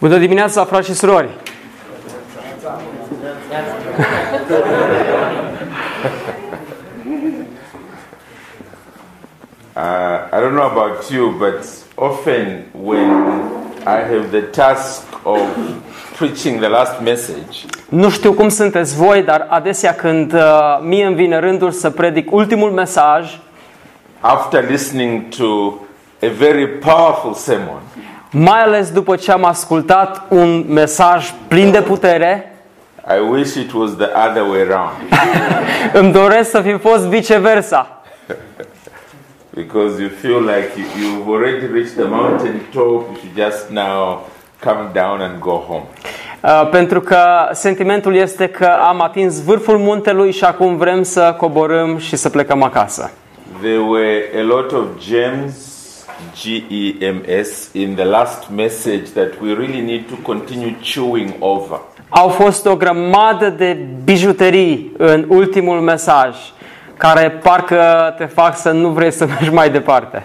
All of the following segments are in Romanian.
Bună dimineața, frați și surori! Uh, I don't know about you, but often when I have the task of preaching the last message, Nu știu cum sunteți voi, dar adesea când uh, mie îmi vine rândul să predic ultimul mesaj, after listening to a very powerful sermon, mai ales după ce am ascultat un mesaj plin de putere, I wish it was the other way around îmi doresc să fi fost viceversa. because you feel like you, you've already reached the mountain top, you should just now come down and go home. Uh, Pentru că sentimentul este că am atins vârful muntelui și acum vrem să coborâm și să plecăm acasă. There were a lot of gems, G E M S, in the last message that we really need to continue chewing over. Au fost o grămadă de bijuterii în ultimul mesaj, care parcă te fac să nu vrei să mergi mai departe.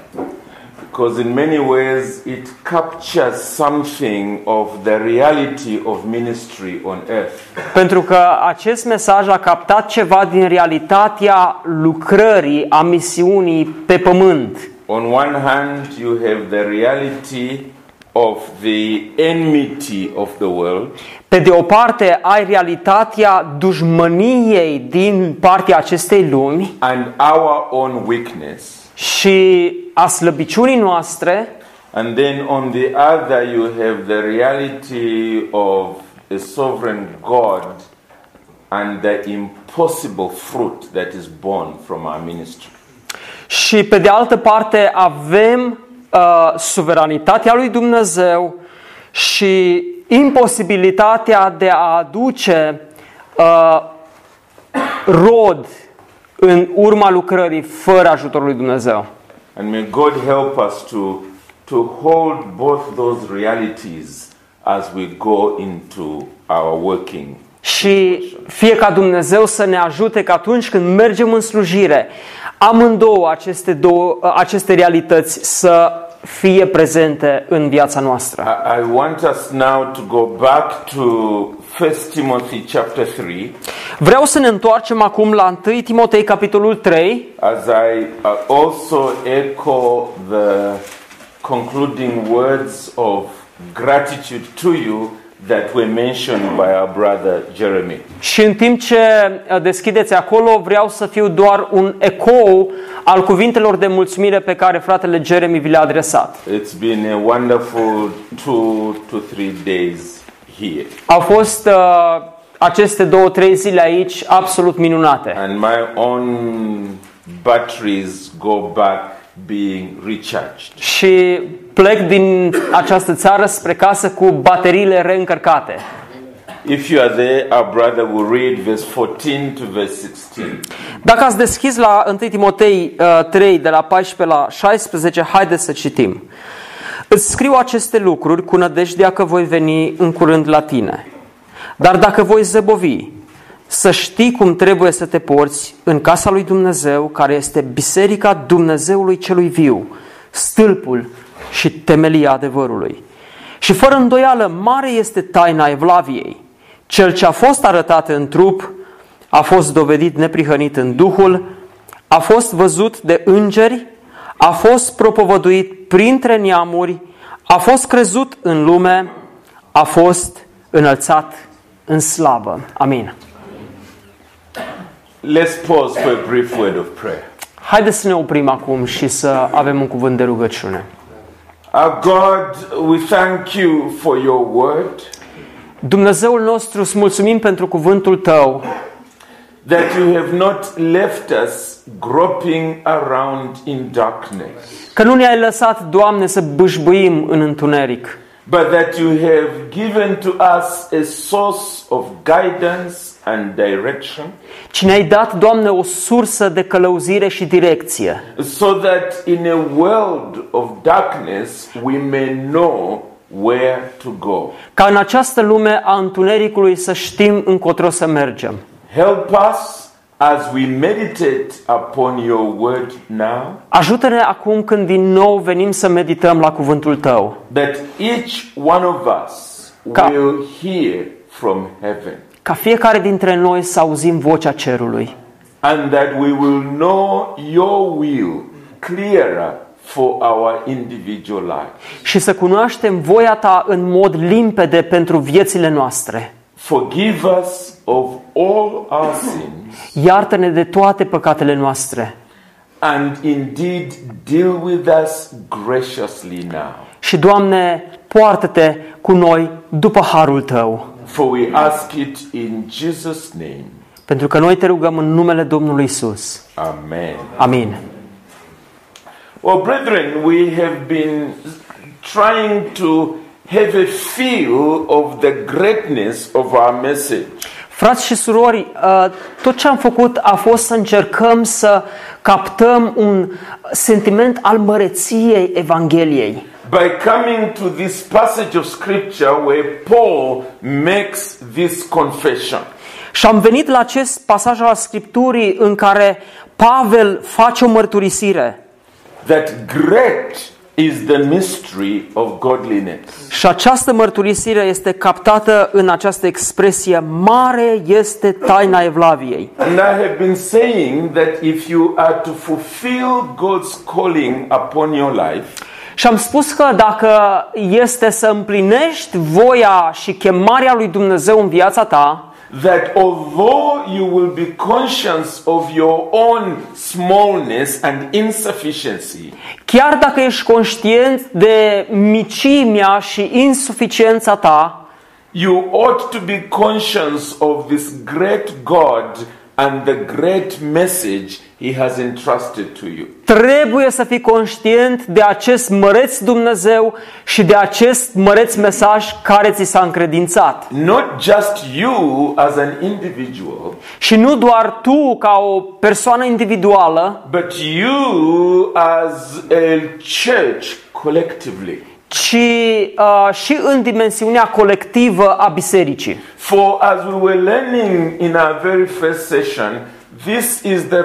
Because in many ways it captures something of the reality of ministry on earth. Pentru că acest mesaj a captat ceva din realitatea lucrării, a misiunii pe pământ. On one hand, you have the reality of the enmity of the world, Pe de o parte, ai realitatea dușmăniei din partea acestei lumi and our own weakness. și a slăbiciunii noastre, And then on the other, you have the reality of a sovereign God and the impossible fruit that is born from our ministry. și pe de altă parte avem uh, suveranitatea lui Dumnezeu și imposibilitatea de a aduce uh, rod în urma lucrării fără ajutorul lui Dumnezeu. And may God help us to, to hold both those realities as we go into our working. Și fie ca Dumnezeu să ne ajute că atunci când mergem în slujire, amândouă aceste, două, aceste realități să fie prezente în viața noastră. I, I want us now to go back to 1 Timothy chapter 3. Vreau să ne întoarcem acum la 1 Timotei, capitolul 3, As I uh, also echo the concluding words of gratitude to you that were mentioned by our brother Jeremy. și în timp ce uh, deschideți acolo, vreau să fiu doar un ecou al cuvintelor de mulțumire pe care fratele Jeremy vi le-a adresat. It's been a wonderful two to three days here. Au fost uh, aceste două, trei zile aici absolut minunate. And my own batteries go back being recharged. și plec din această țară spre casă cu bateriile reîncărcate. If you are there, our brother will read verse 14 to verse 16. Dacă ați deschis la 1 Timotei uh, 3, de la 14 la 16, haideți să citim. Îți scriu aceste lucruri cu nădejdea că voi veni în curând la tine. Dar dacă voi zăbovi, să știi cum trebuie să te porți în casa lui Dumnezeu, care este biserica Dumnezeului celui viu, stâlpul și temelia adevărului. Și fără îndoială, mare este taina evlaviei. Cel ce a fost arătat în trup a fost dovedit neprihănit în Duhul, a fost văzut de îngeri, a fost propovăduit printre neamuri, a fost crezut în lume, a fost înălțat în slavă. Amin. Let's pause for a brief word of prayer. Haideți să ne oprim acum și să avem un cuvânt de rugăciune. Our God, we thank you for your word, Dumnezeul nostru, îți mulțumim pentru cuvântul tău, that you have not left us groping around in darkness, că nu ne-ai lăsat, Doamne, să bâșbâim în întuneric, but that you have given to us a source of guidance and direction, ci ne-ai dat, Doamne, o sursă de călăuzire și direcție, so that in a world of darkness we may know where to go. ca în această lume a întunericului să știm încotro să mergem. Help us as we meditate upon your word now, Ajută-ne acum când din nou venim să medităm la cuvântul Tău, that each one of us Ca- will hear from heaven, ca fiecare dintre noi să auzim vocea cerului and that we will know your will clearer for our individual life. și să cunoaștem voia Ta în mod limpede pentru viețile noastre. Forgive us of all our sins, Iartă-ne de toate păcatele noastre and indeed deal with us graciously now. și, Doamne, poartă-te cu noi după harul Tău. For we ask it in Jesus' name. Pentru că noi te rugăm în numele Domnului Isus. Amen. Amin. Well, brethren, we have been trying to have a feel of the greatness of our message. Frați și surori, uh, tot ce am făcut a fost să încercăm să captăm un sentiment al măreției Evangheliei. By coming to this passage of scripture where Paul makes this confession. Și am venit la acest pasaj al Scripturii în care Pavel face o mărturisire. that great is the mystery of godliness. Și această mărturisire este captată în această expresie Mare este taina Evlaviei. And I have been saying that if you are to fulfill God's calling upon your life, Și am spus că dacă este să împlinești voia și chemarea lui Dumnezeu în viața ta, that although you will be conscious of your own smallness and insufficiency, chiar dacă ești conștient de micimea și insuficiența ta, you ought to be conscious of this great God and the great message He has entrusted to you. trebuie să fii conștient de acest măreț Dumnezeu și de acest măreț mesaj care ți s-a încredințat. Not just you as an individual, Și nu doar tu ca o persoană individuală, But you, as a church collectively, ci uh, și în dimensiunea colectivă a bisericii. for as we were learning in our very first session, this is the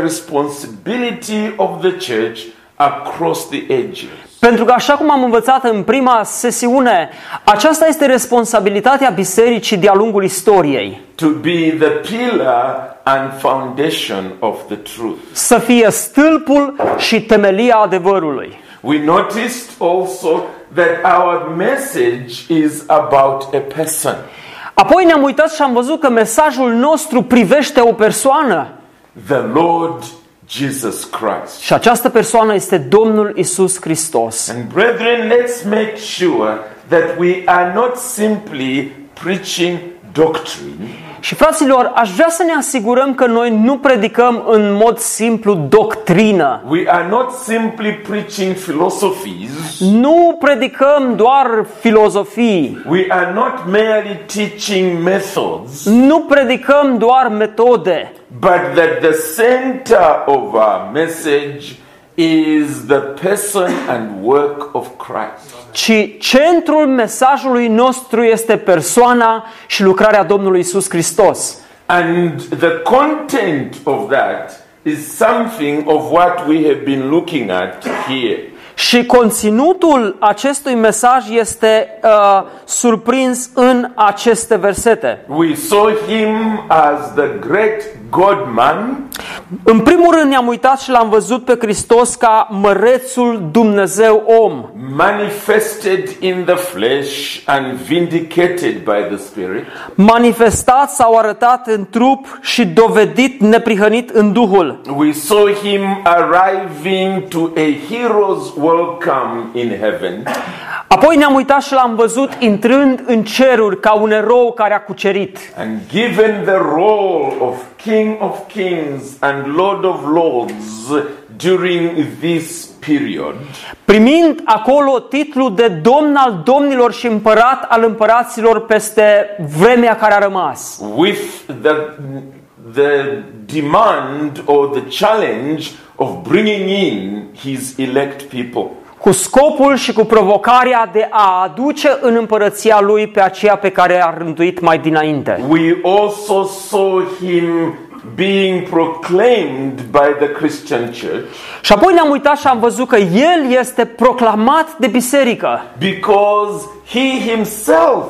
responsibility of the church across the ages. Pentru că așa cum am învățat în prima sesiune, aceasta este responsabilitatea bisericii de-a lungul istoriei. To be the pillar and foundation of the truth. Să fie stâlpul și temelia adevărului. We noticed also that our message is about a person. Apoi ne-am uitat și am văzut că mesajul nostru privește o persoană The Lord Jesus Christ. și această persoană este Domnul Isus Hristos. And brethren, let's make sure that we are not simply preaching doctrine, Și fraților, aș vrea să ne asigurăm că noi nu predicăm în mod simplu doctrină. we are not simply preaching philosophies, Nu predicăm doar filozofii, we are not merely teaching methods, nu predicăm doar metode, but that the center of our message is the person and work of Christ. ci centrul mesajului nostru este persoana și lucrarea Domnului Isus Hristos. And the content of that is something of what we have been looking at here. Și conținutul acestui mesaj este uh, surprins în aceste versete. We saw him as the great God man, În primul rând ne-am uitat și l-am văzut pe Hristos ca mărețul Dumnezeu om, manifested in the flesh and vindicated by the Spirit, manifestat sau arătat în trup și dovedit neprihănit în Duhul. we saw him arriving to a hero's welcome in heaven, Apoi ne-am uitat și l-am văzut intrând în ceruri ca un erou care a cucerit. and given the role of King of Kings and Lord of Lords during this period, Primind acolo titlul de domn al domnilor și împărat al împăraților peste vremea care a rămas. with the, the demand or the challenge of bringing in his elect people. Cu scopul și cu provocarea de a aduce în împărăția lui pe aceea pe care a rânduit mai dinainte. We also saw him being proclaimed by the Christian church Și apoi ne-am uitat și am văzut că el este proclamat de biserică. because he himself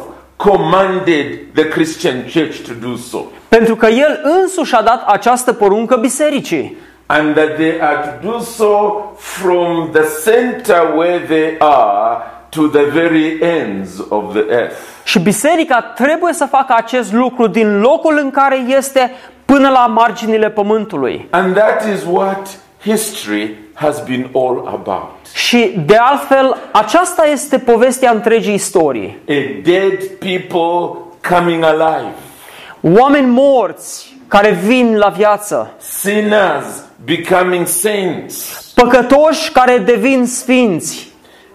commanded the Christian church to do so. Pentru că el însuși a dat această poruncă bisericii. And that they are to do so from the center where they are to the very ends of the earth. Și biserica trebuie să facă acest lucru din locul în care este până la marginile pământului. And that is what history has been all about. Și de altfel, aceasta este povestea întregii istorii. A dead people coming alive, Oameni morți care vin la viață, sinners becoming saints. păcătoși care devin sfinți,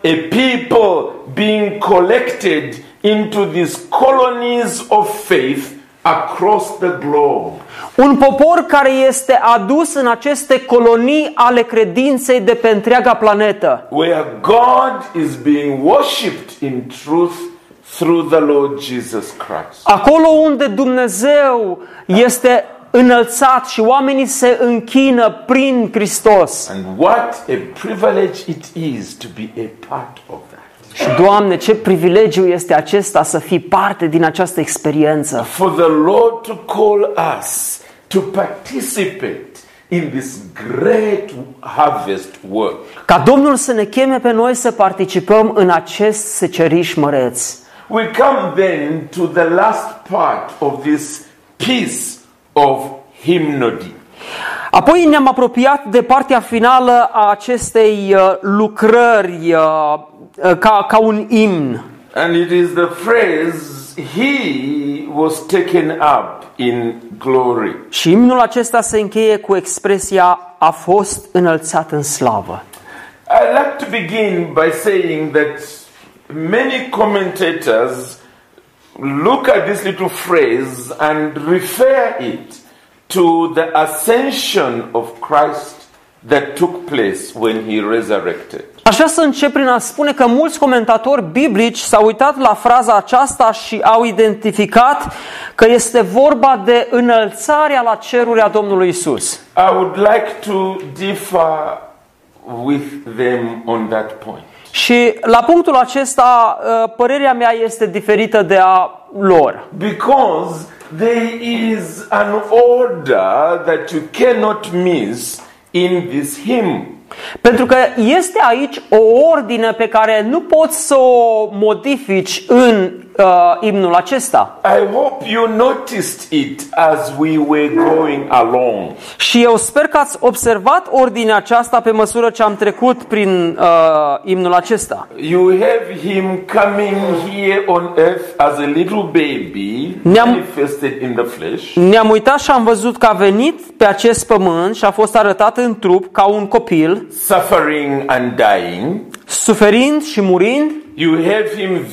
a people being collected into these colonies of faith across the globe. un popor care este adus în aceste colonii ale credinței de pe întreaga planetă, Where God is being worshipped in truth through the Lord Jesus Christ. acolo unde Dumnezeu este înălțat și oamenii se închină prin Hristos. And what a privilege it is to be a part of that. Și Doamne, ce privilegiu este acesta să fii parte din această experiență. For the Lord to call us to participate in this great harvest work. Ca Domnul să ne cheme pe noi să participăm în acest seceriș măreț. We come then to the last part of this piece of hymnody. Apoi ne-am apropiat de partea finală a acestei uh, lucrări uh, uh, ca, ca un imn. And it is the phrase, He was taken up in glory. Și imnul acesta se încheie cu expresia a fost înălțat în slavă. I'd like to begin by saying that many commentators look at this little phrase and refer it to the ascension of Christ that took place when he resurrected. Aș vrea să încep prin a spune că mulți comentatori biblici s-au uitat la fraza aceasta și au identificat că este vorba de înălțarea la ceruri a Domnului Isus. I would like to differ with them on that point. Și la punctul acesta, uh, părerea mea este diferită de a lor. Because there is an order that you cannot miss in this hymn. Pentru că este aici o ordine pe care nu poți să o modifici în uh, imnul acesta. I hope you noticed it as we were going along. Și eu sper că ați observat ordinea aceasta pe măsură ce am trecut prin uh, imnul acesta. You have him coming here on earth as a little baby, Nyam- manifested in the flesh. Ne-am uitat și am văzut că a venit pe acest pământ și a fost arătat în trup ca un copil, suffering and dying. suferind și murind, You have him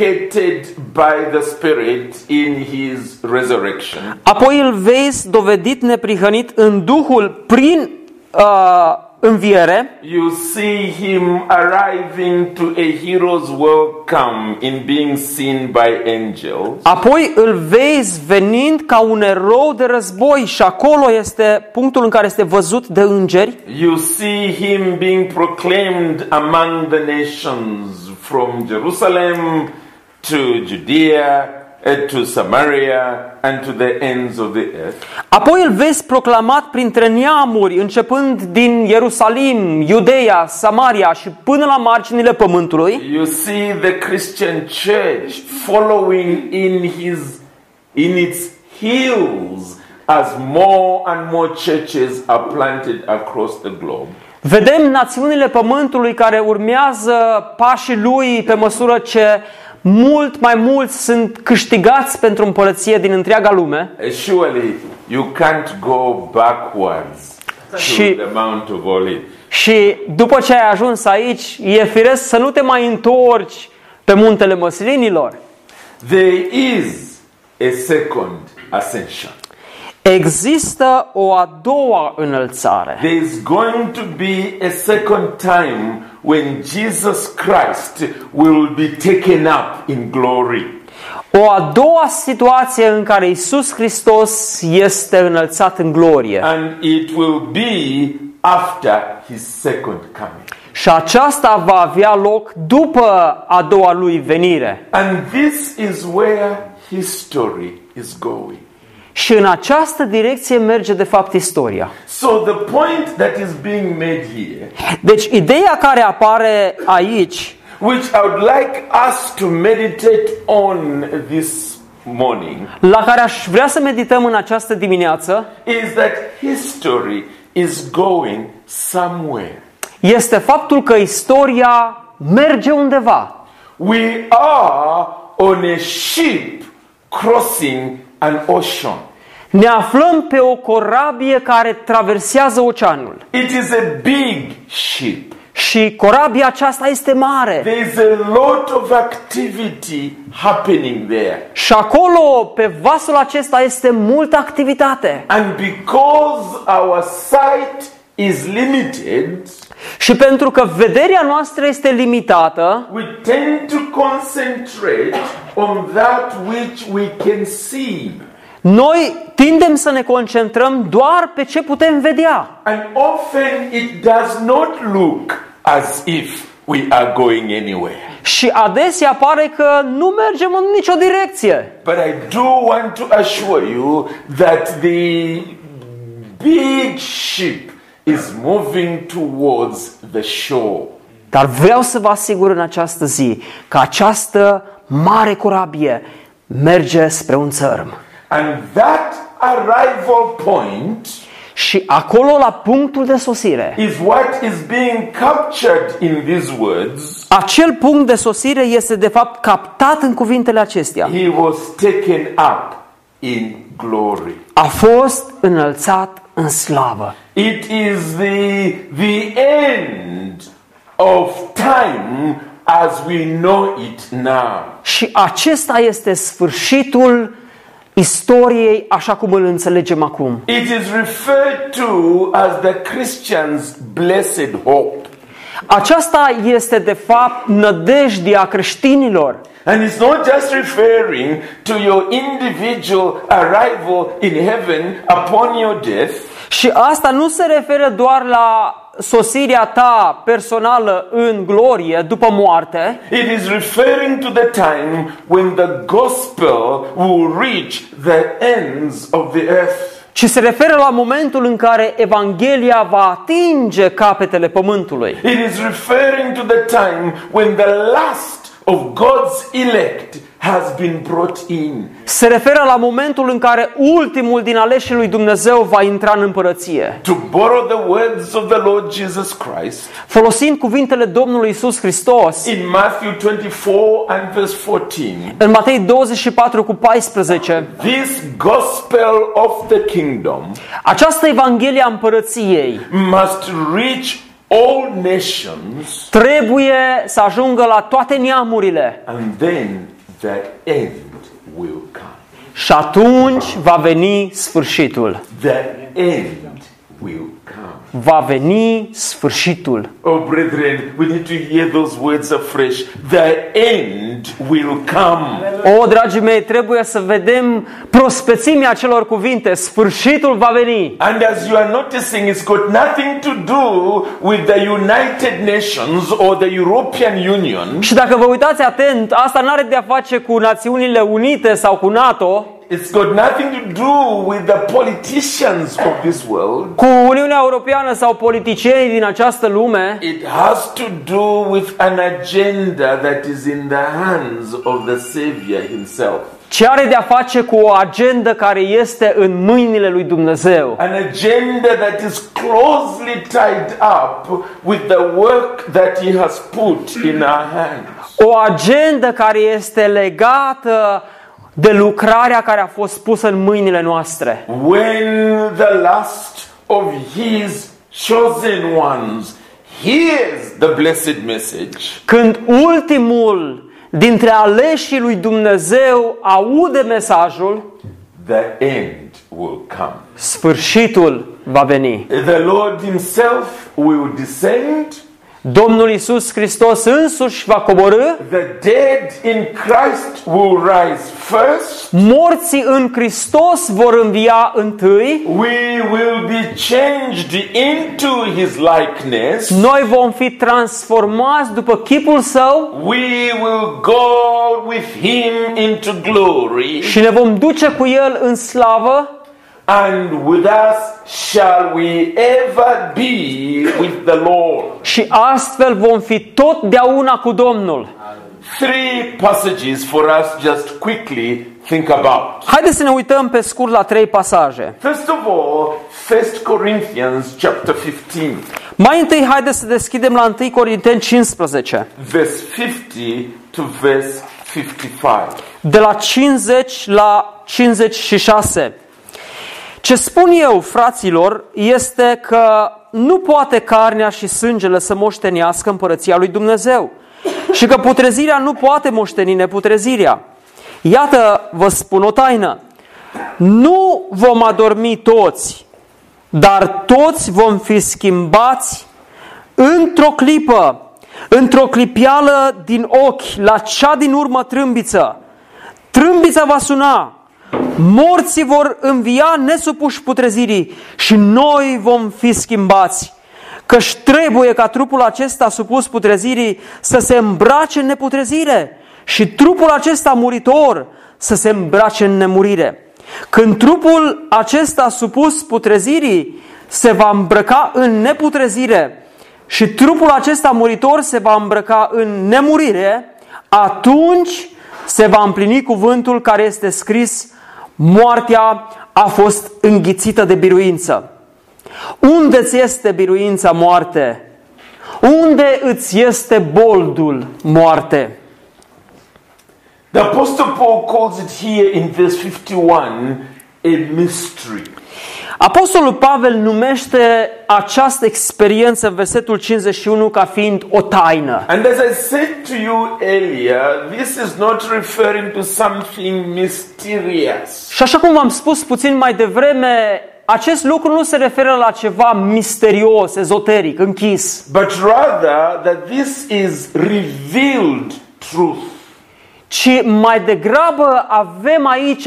vindicated by the Spirit in his resurrection. apoi îl vezi dovedit neprihănit în Duhul prin uh, înviere, You see him arriving to a hero's welcome in being seen by angels. apoi îl vezi venind ca un erou de război și acolo este punctul în care este văzut de îngeri, You see him being proclaimed among the nations from Jerusalem to Judea eh, to Samaria and to the ends of the earth. apoi îl vezi proclamat printre neamuri, începând din Ierusalim, Iudeia, Samaria și până la marginile pământului, You see the Christian church following in his in its heels as more and more churches are planted across the globe. Vedem națiunile pământului care urmează pașii lui pe măsură ce mult mai mulți sunt câștigați pentru împărăție din întreaga lume Uh, Surely you can't go backwards to She- the Mount of Olives. Și după ce ai ajuns aici, e firesc să nu te mai întorci pe muntele măslinilor. There is a second ascension. Există o a doua înălțare. There is going to be a second time when Jesus Christ will be taken up in glory. O a doua situație în care Isus Hristos este înălțat în glorie. And it will be after his second coming. Și aceasta va avea loc după a doua lui venire. And this is where history is going. Și în această direcție merge de fapt istoria. So the point that is being made here, Deci ideea care apare aici which I would like us to meditate on this morning, la care aș vrea să medităm în această dimineață is that history is going somewhere. este faptul că istoria merge undeva. We are on a ship crossing an ocean. Ne aflăm pe o corabie care traversează oceanul. It is a big ship. Și corabia aceasta este mare. There is a lot of activity happening there. Și acolo, pe vasul acesta, este multă activitate. And because our sight is limited, Și pentru că vederea noastră este limitată, we tend to concentrate on that which we can see. noi tindem să ne concentrăm doar pe ce putem vedea. And often it does not look as if we are going anywhere. Și adesea pare că nu mergem în nicio direcție. But I do want to assure you that the big ship is moving towards the shore. Dar vreau să vă asigur în această zi că această mare corabie merge spre un țărm. And that arrival point Și acolo, la punctul de sosire, is what is being captured in these words. Acel punct de sosire este de fapt captat în cuvintele acestea. He was taken up in glory. A fost înălțat în slavă. It is the, the end of time as we know it now. Și acesta este sfârșitul istoriei așa cum îl înțelegem acum. It is referred to as the Christian's blessed hope. Aceasta este de fapt nădejdea creștinilor. And it's not just referring to your individual arrival in heaven upon your death, Și asta nu se referă doar la sosirea ta personală în glorie după moarte, it is referring to the time when the gospel will reach the ends of the earth. ci se referă la momentul în care Evanghelia va atinge capetele pământului. It is referring to the time when the last of God's elect has been brought in. Se referă la momentul în care ultimul din aleșii lui Dumnezeu va intra în împărăție. To borrow the words of the Lord Jesus Christ Folosind cuvintele Domnului Isus Hristos in Matthew 24 and verse 14, în Matei 24 cu 14, this gospel of the kingdom această Evanghelie a împărăției must reach all nations trebuie să ajungă la toate neamurile and then the end will come. și atunci va veni sfârșitul. The end will come. Va veni sfârșitul. Oh, brethren, we need to hear those words afresh. The end will come. O, dragii mei, trebuie să vedem prospețimea acelor cuvinte. Sfârșitul va veni. And as you are noticing, it's got nothing to do with the United Nations or the European Union. Și dacă vă uitați atent, asta nu are de a face cu Națiunile Unite sau cu NATO, It's got nothing to do with the politicians of this world. cu Uniunea Europeană sau politicienii din această lume, It has to do with an agenda that is in the hands of the Savior Himself. ci are de a face cu o agendă care este în mâinile lui Dumnezeu. An agenda that is closely tied up with the work that He has put in our hands. O agendă care este legată de lucrarea care a fost pusă în mâinile noastre. When the last of His chosen ones hears the blessed message, Când ultimul dintre aleșii lui Dumnezeu aude mesajul, the end will come. sfârșitul va veni. The Lord Himself will descend. Domnul Isus Hristos însuși va coborâ, The dead in Christ will rise first. morții în Hristos vor învia întâi, We will be changed into His likeness. noi vom fi transformați după chipul său We will go with Him into glory. și ne vom duce cu el în slavă And with us shall we ever be with the Lord. și astfel vom fi totdeauna cu Domnul. Three passages for us just quickly think about. Haideți să ne uităm pe scurt la trei pasaje. First of all, 1 Corinthians chapter 15, Mai întâi haideți să deschidem la 1 Corinteni 15, verse 50 to verse 55. de la 50 la 56. Ce spun eu, fraților, este că nu poate carnea și sângele să moștenească împărăția lui Dumnezeu și că putrezirea nu poate moșteni neputrezirea. Iată, vă spun o taină. Nu vom adormi toți, dar toți vom fi schimbați într-o clipă, într-o clipială din ochi, la cea din urmă trâmbiță. Trâmbița va suna, morții vor învia nesupuși putrezirii și noi vom fi schimbați. Căci trebuie ca trupul acesta supus putrezirii să se îmbrace în neputrezire și trupul acesta muritor să se îmbrace în nemurire. Când trupul acesta supus putrezirii se va îmbrăca în neputrezire și trupul acesta muritor se va îmbrăca în nemurire, atunci se va împlini cuvântul care este scris, moartea a fost înghițită de biruință. Unde ți este biruința moarte? Unde îți este boldul moarte? The Apostle Paul calls it here in verse 51 a mystery. Apostolul Pavel numește această experiență în versetul 51 ca fiind o taină. And as I said to you earlier, this is not referring to something mysterious. Și așa cum v-am spus puțin mai devreme, acest lucru nu se referă la ceva misterios, ezoteric, închis, But rather that this is revealed truth. ci mai degrabă avem aici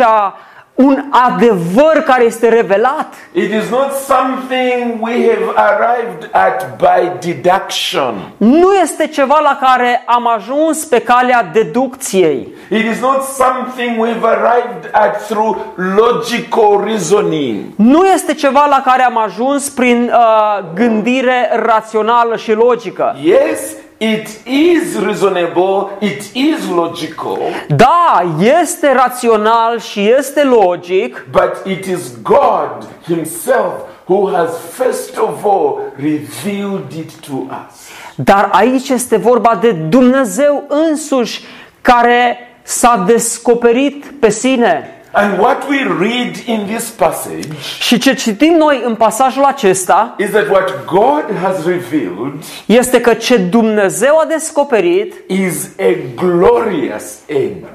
un adevăr care este revelat. It is not something we have arrived at by deduction. Nu este ceva la care am ajuns pe calea deducției. It is not something we've arrived at through logical reasoning. Nu este ceva la care am ajuns prin uh, gândire rațională și logică. Yes, it is reasonable, it is logical, Da, este rațional și este logic, but it is God Himself who has first of all revealed it to us. dar aici este vorba de Dumnezeu însuși care s-a descoperit pe sine. And what we read in this passage Și ce citim noi în pasajul acesta is that what God has revealed este că ce Dumnezeu a descoperit is a glorious end.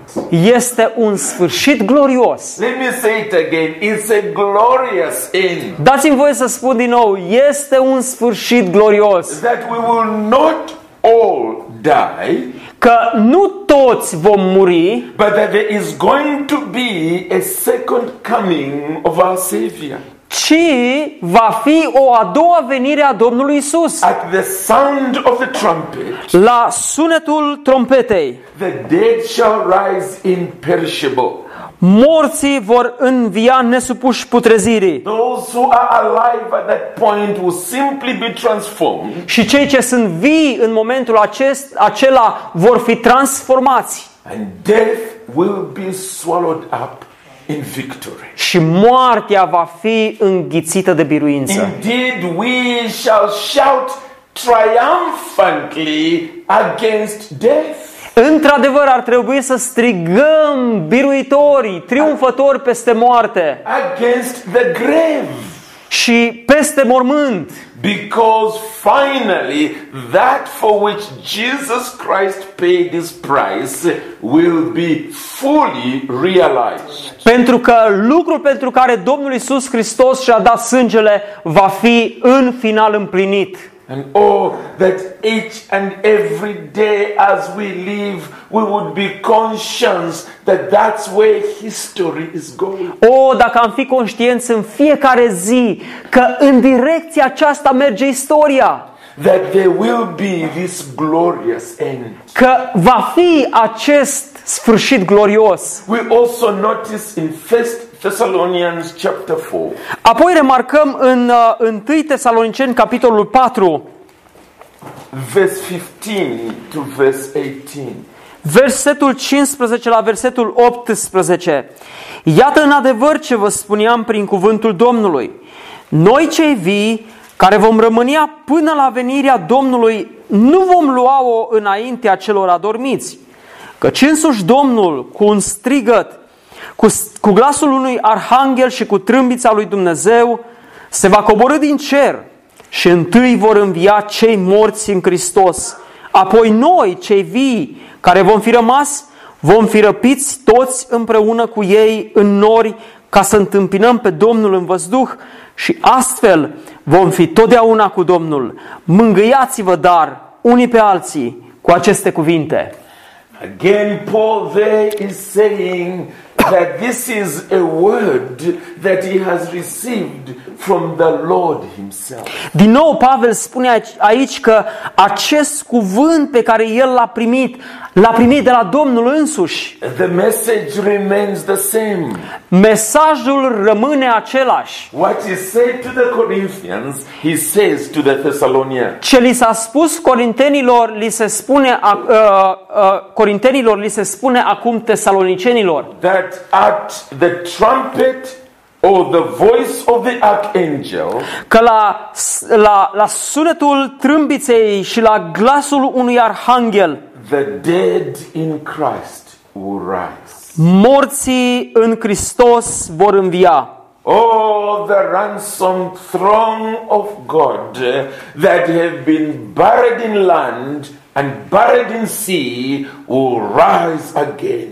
este un sfârșit glorios. Let me say it again. It's a glorious end. Dați-mi voie să spun din nou, este un sfârșit glorios, That we will not all die, că nu toți vom muri, but that there is going to be a second coming of our Savior. ci va fi o a doua venire a Domnului Isus. At the sound of the trumpet, La sunetul trompetei, the dead shall rise imperishable. morții vor învia nesupuși putrezirii Those who are alive at that point will simply be transformed, și cei ce sunt vii în momentul acest, acela vor fi transformați and death will be swallowed up in victory. și moartea va fi înghițită de biruință. Indeed, we shall shout triumphantly against death. Într-adevăr ar trebui să strigăm biruitorii, triumfători peste moarte, Against the grave, și peste mormânt. Because finally, that for which Jesus Christ paid his price will be fully realized. Pentru că lucrul pentru care Domnul Isus Hristos și-a dat sângele va fi în final împlinit. And oh, that each and every day as we live, we would be conscious that that's where history is going. O, dacă am fi conștienți în fiecare zi că în direcția aceasta merge istoria, That there will be this glorious end. că va fi acest sfârșit glorios. We also notice in First Thessalonians chapter 4 Apoi remarcăm în uh, 1 Tesaloniceni, capitolul 4, verse 15 to verse 18. versetul 15 la versetul 18. Iată în adevăr ce vă spuneam prin cuvântul Domnului. Noi cei vii, care vom rămânia până la venirea Domnului, nu vom lua-o înaintea celor adormiți. Căci însuși Domnul, cu un strigăt, cu, cu glasul unui arhanghel și cu trâmbița lui Dumnezeu, se va coborâ din cer și întâi vor învia cei morți în Hristos. Apoi noi, cei vii, care vom fi rămas, vom fi răpiți toți împreună cu ei în nori ca să întâmpinăm pe Domnul în văzduh și astfel vom fi totdeauna cu Domnul. Mângâiați-vă dar unii pe alții cu aceste cuvinte. Again, Paul there is saying that this is a word that he has received from the Lord Himself. Din nou, Pavel spune aici- aici că acest cuvânt pe care el l-a primit, l-a primit de la Domnul însuși. The message remains the same. Mesajul rămâne același. What he said to the Corinthians, he says to the Thessalonians. Ce li s-a spus corintenilor, li se spune, a, a, a, corintenilor, li se spune acum tesalonicenilor. That at the trumpet or the voice of the archangel, Că la, s- la, la sunetul trâmbiței și la glasul unui arhanghel, the dead in Christ will rise. morții în Hristos vor învia. Oh, the ransomed throng of God eh, that have been buried in land and buried in sea will rise again.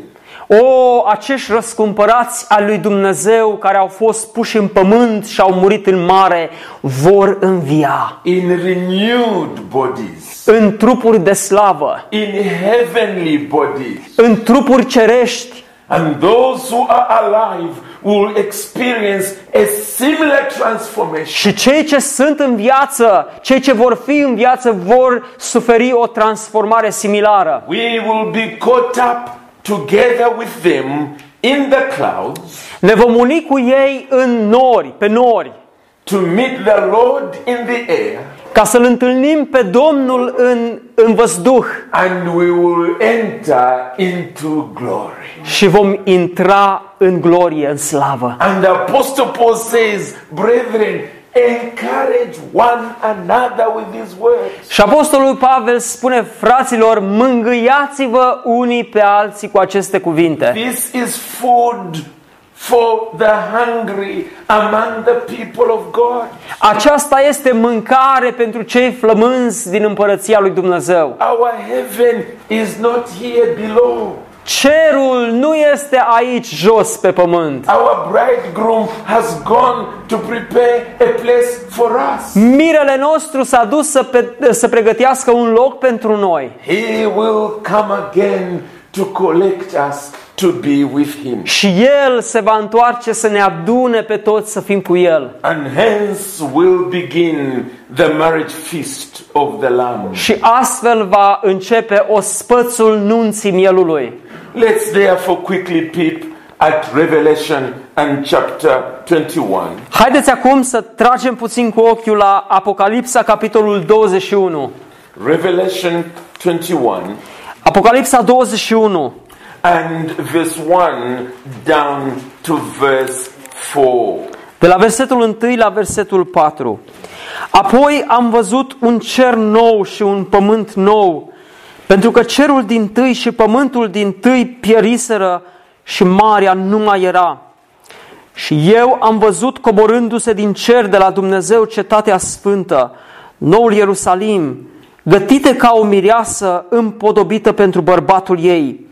O, acești răscumpărați al lui Dumnezeu care au fost puși în pământ și au murit în mare, vor învia In renewed bodies, în trupuri de slavă, in heavenly bodies. în trupuri cerești And those who are alive will experience a similar transformation. și cei ce sunt în viață, cei ce vor fi în viață vor suferi o transformare similară. We will be caught up together with them in the clouds. Ne vom uni cu ei în nori, pe nori, to meet the Lord in the air, ca să-L întâlnim pe Domnul în, în văzduh and we will enter into glory. și vom intra în glorie, în slavă. And the Apostle Paul says, Brethren, encourage one another with these words. Și Apostolul Pavel spune, fraților, mângâiați-vă unii pe alții cu aceste cuvinte. This is food for the hungry among the people of God. Aceasta este mâncare pentru cei flămânzi din împărăția lui Dumnezeu. Our heaven is not here below. Cerul nu este aici jos pe pământ. Our bridegroom has gone to prepare a place for us. Mirele nostru s-a dus să, pe, să pregătească un loc pentru noi He will come again to collect us to be with him. și El se va întoarce să ne adune pe toți să fim cu El. And hence will begin the marriage feast of the Lamb. Și astfel va începe ospățul nunții mielului. Let's therefore quickly peep at Revelation and chapter 21. Haideți acum să tragem puțin cu ochiul la Apocalipsa, capitolul 21. Revelation 21 Apocalipsa 21, and verse 1 down to verse 4. de la versetul 1 la versetul 4. Apoi am văzut un cer nou și un pământ nou, pentru că cerul din tâi și pământul din tâi pieriseră și marea nu mai era. Și eu am văzut coborându-se din cer de la Dumnezeu cetatea sfântă, noul Ierusalim, gătite ca o mireasă împodobită pentru bărbatul ei.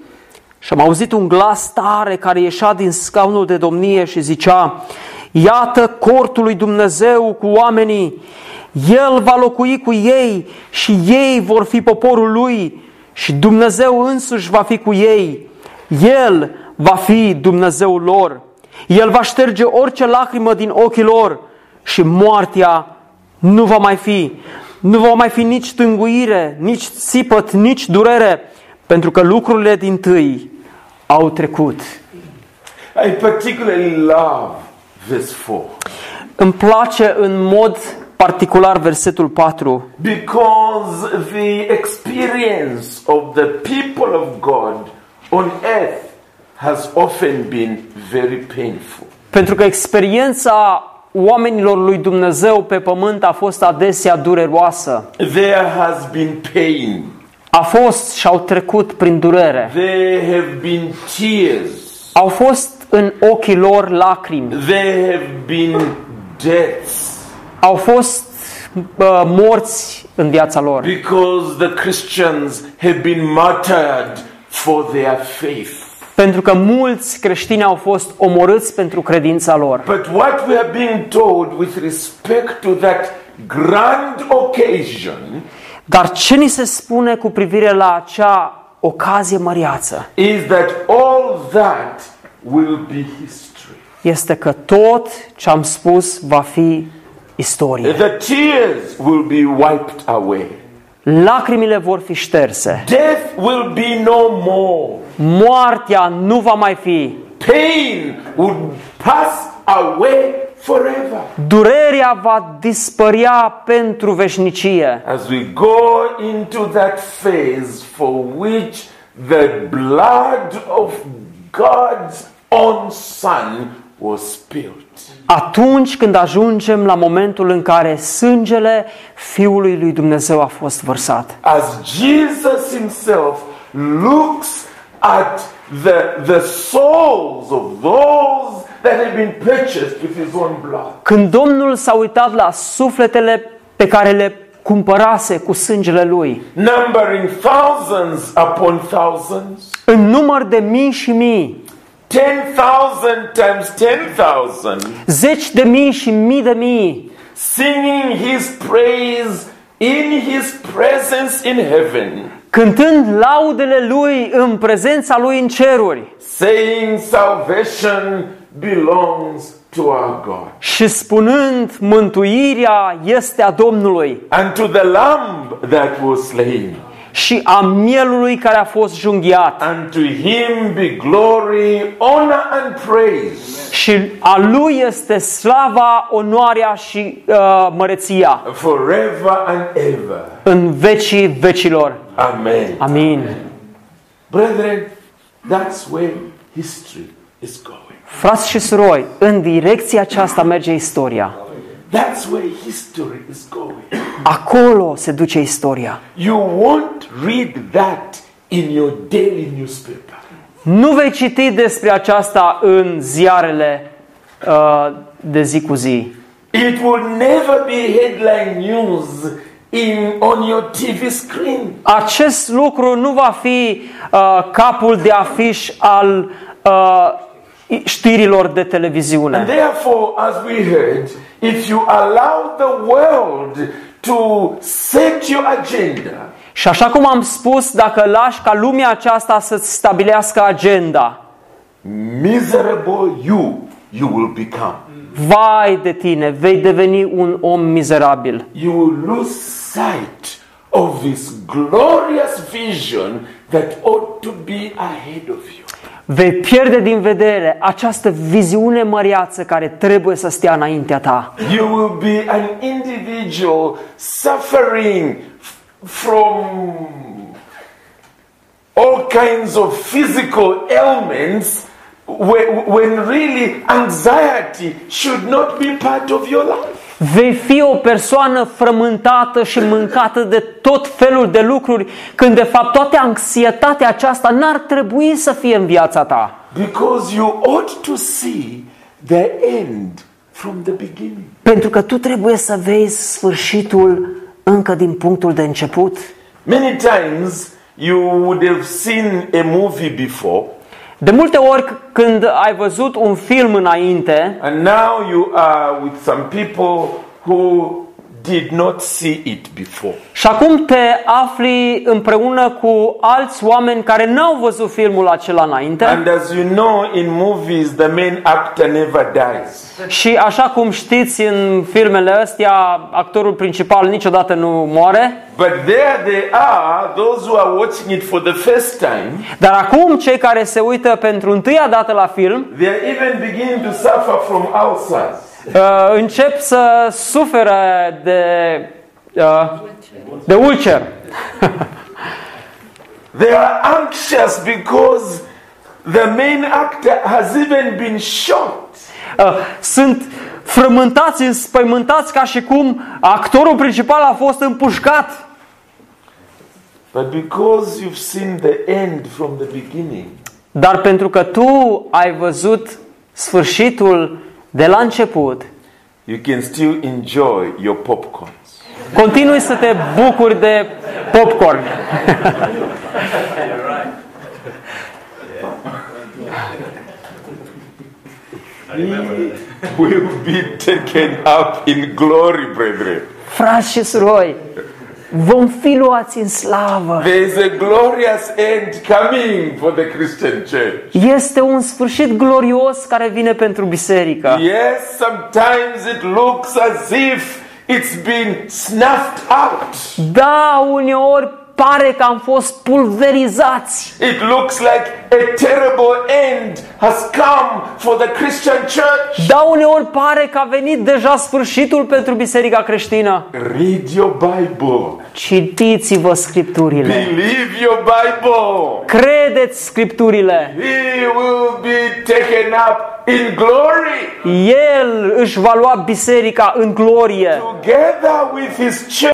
Și am auzit un glas tare care ieșea din scaunul de domnie și zicea, Iată cortul lui Dumnezeu cu oamenii, El va locui cu ei și ei vor fi poporul lui și Dumnezeu însuși va fi cu ei. El va fi Dumnezeul lor. El va șterge orice lacrimă din ochii lor și moartea nu va mai fi. Nu va mai fi nici tânguire, nici țipăt, nici durere, pentru că lucrurile din tâi au trecut. I particularly love verse 4 Îmi place în mod particular versetul 4, because the experience of the people of God on earth has often been very painful. pentru că experiența oamenilor lui Dumnezeu pe pământ a fost adesea dureroasă. There has been pain. A fost și au trecut prin durere. There have been tears. Au fost în ochii lor lacrimi. There have been deaths Au fost uh, morți în viața lor. because the Christians have been martyred for their faith. Pentru că mulți creștini au fost omorâți pentru credința lor. But what we are being told with respect to that grand occasion Dar ce ni se spune cu privire la acea ocazie măriață? is that all that will be history. Este că tot ce am spus va fi istorie. The tears will be wiped away. Lacrimile vor fi șterse. Death will be no more. Moartea nu va mai fi. Pain would pass away forever. Durerea va dispărea pentru veșnicie. As we go into that phase for which the blood of God's own Son was spilled. Atunci când ajungem la momentul în care sângele Fiului lui Dumnezeu a fost vărsat. As Jesus Himself looks at the, the souls of those that have been purchased with His own blood. Când Domnul s-a uitat la sufletele pe care le cumpărase cu sângele lui, numbering thousands upon thousands, în număr de mii și mii, 10,000 times 10,000, zeci de mii și mii de mii, singing his praise in his presence in heaven, cântând laudele lui în prezența lui în ceruri saying, Salvation belongs to our God. și spunând mântuirea este a Domnului And to the Lamb that was slain, și a mielului care a fost junghiat and to him be glory, honor, and praise și a lui este slava, onoarea și uh, măreția forever and ever. în vecii vecilor. Amen. Amin. Brethren, that's where history is going. Frați și surori, în direcția aceasta merge istoria. That's where history is going. Acolo se duce istoria. You won't read that in your daily newspaper. Nu vei citi despre aceasta în ziarele uh, de zi cu zi. It will never be headline news in on your TV screen. Acest lucru nu va fi uh, capul de afiș al uh, știrilor de televiziune. Therefore, as we heard, if you allow the world to set your agenda, Și așa cum am spus, dacă lași ca lumea aceasta să-ți stabilească agenda, miserable you you will become. vai de tine, vei deveni un om mizerabil. You will lose sight of this glorious vision that ought to be ahead of you. Vei pierde din vedere această viziune măreață care trebuie să stea înaintea ta. You will be an individual suffering f- from all kinds of physical ailments whe- when really anxiety should not be part of your life. Vei fi o persoană frământată și mâncată de tot felul de lucruri, când de fapt toată anxietatea aceasta n-ar trebui să fie în viața ta. Because you ought to see the end from the beginning. Pentru că tu trebuie să vezi sfârșitul încă din punctul de început. Many times you would have seen a movie before, De multe ori c- când ai văzut un film înainte and now you are with some people who did not see it before. și acum te afli împreună cu alți oameni care n-au văzut filmul acela înainte And as you know, in movies, the main actor never dies. și așa cum știți în filmele astea, actorul principal niciodată nu moare, But there they are, those who are watching it for the first time, dar acum cei care se uită pentru întâia dată la film they are even beginning to suffer from ulcers. uh, încep să suferă de, uh, de ulcer. They are anxious because the main actor has even been shot. Uh, sunt frământați, înspăimântați ca și cum actorul principal a fost împușcat. But because you've seen the end from the beginning, Dar pentru că tu ai văzut sfârșitul de la început, you can still enjoy your popcorns. continui să te bucuri de popcorn. We will be taken up in glory, brethren. Frați și surori, vom fi luați în slavă. There is a glorious end coming for the Christian church. Este un sfârșit glorios care vine pentru biserică. Yes, sometimes it looks as if it's been snuffed out. Da, uneori pare că am fost pulverizați. It looks like a terrible end has come for the Christian church. Da, uneori pare că a venit deja sfârșitul pentru biserica creștină. Read your Bible. Citiți-vă scripturile. Believe your Bible. Credeți scripturile. He will be taken up in glory El își va lua biserica în glorie. together with his church.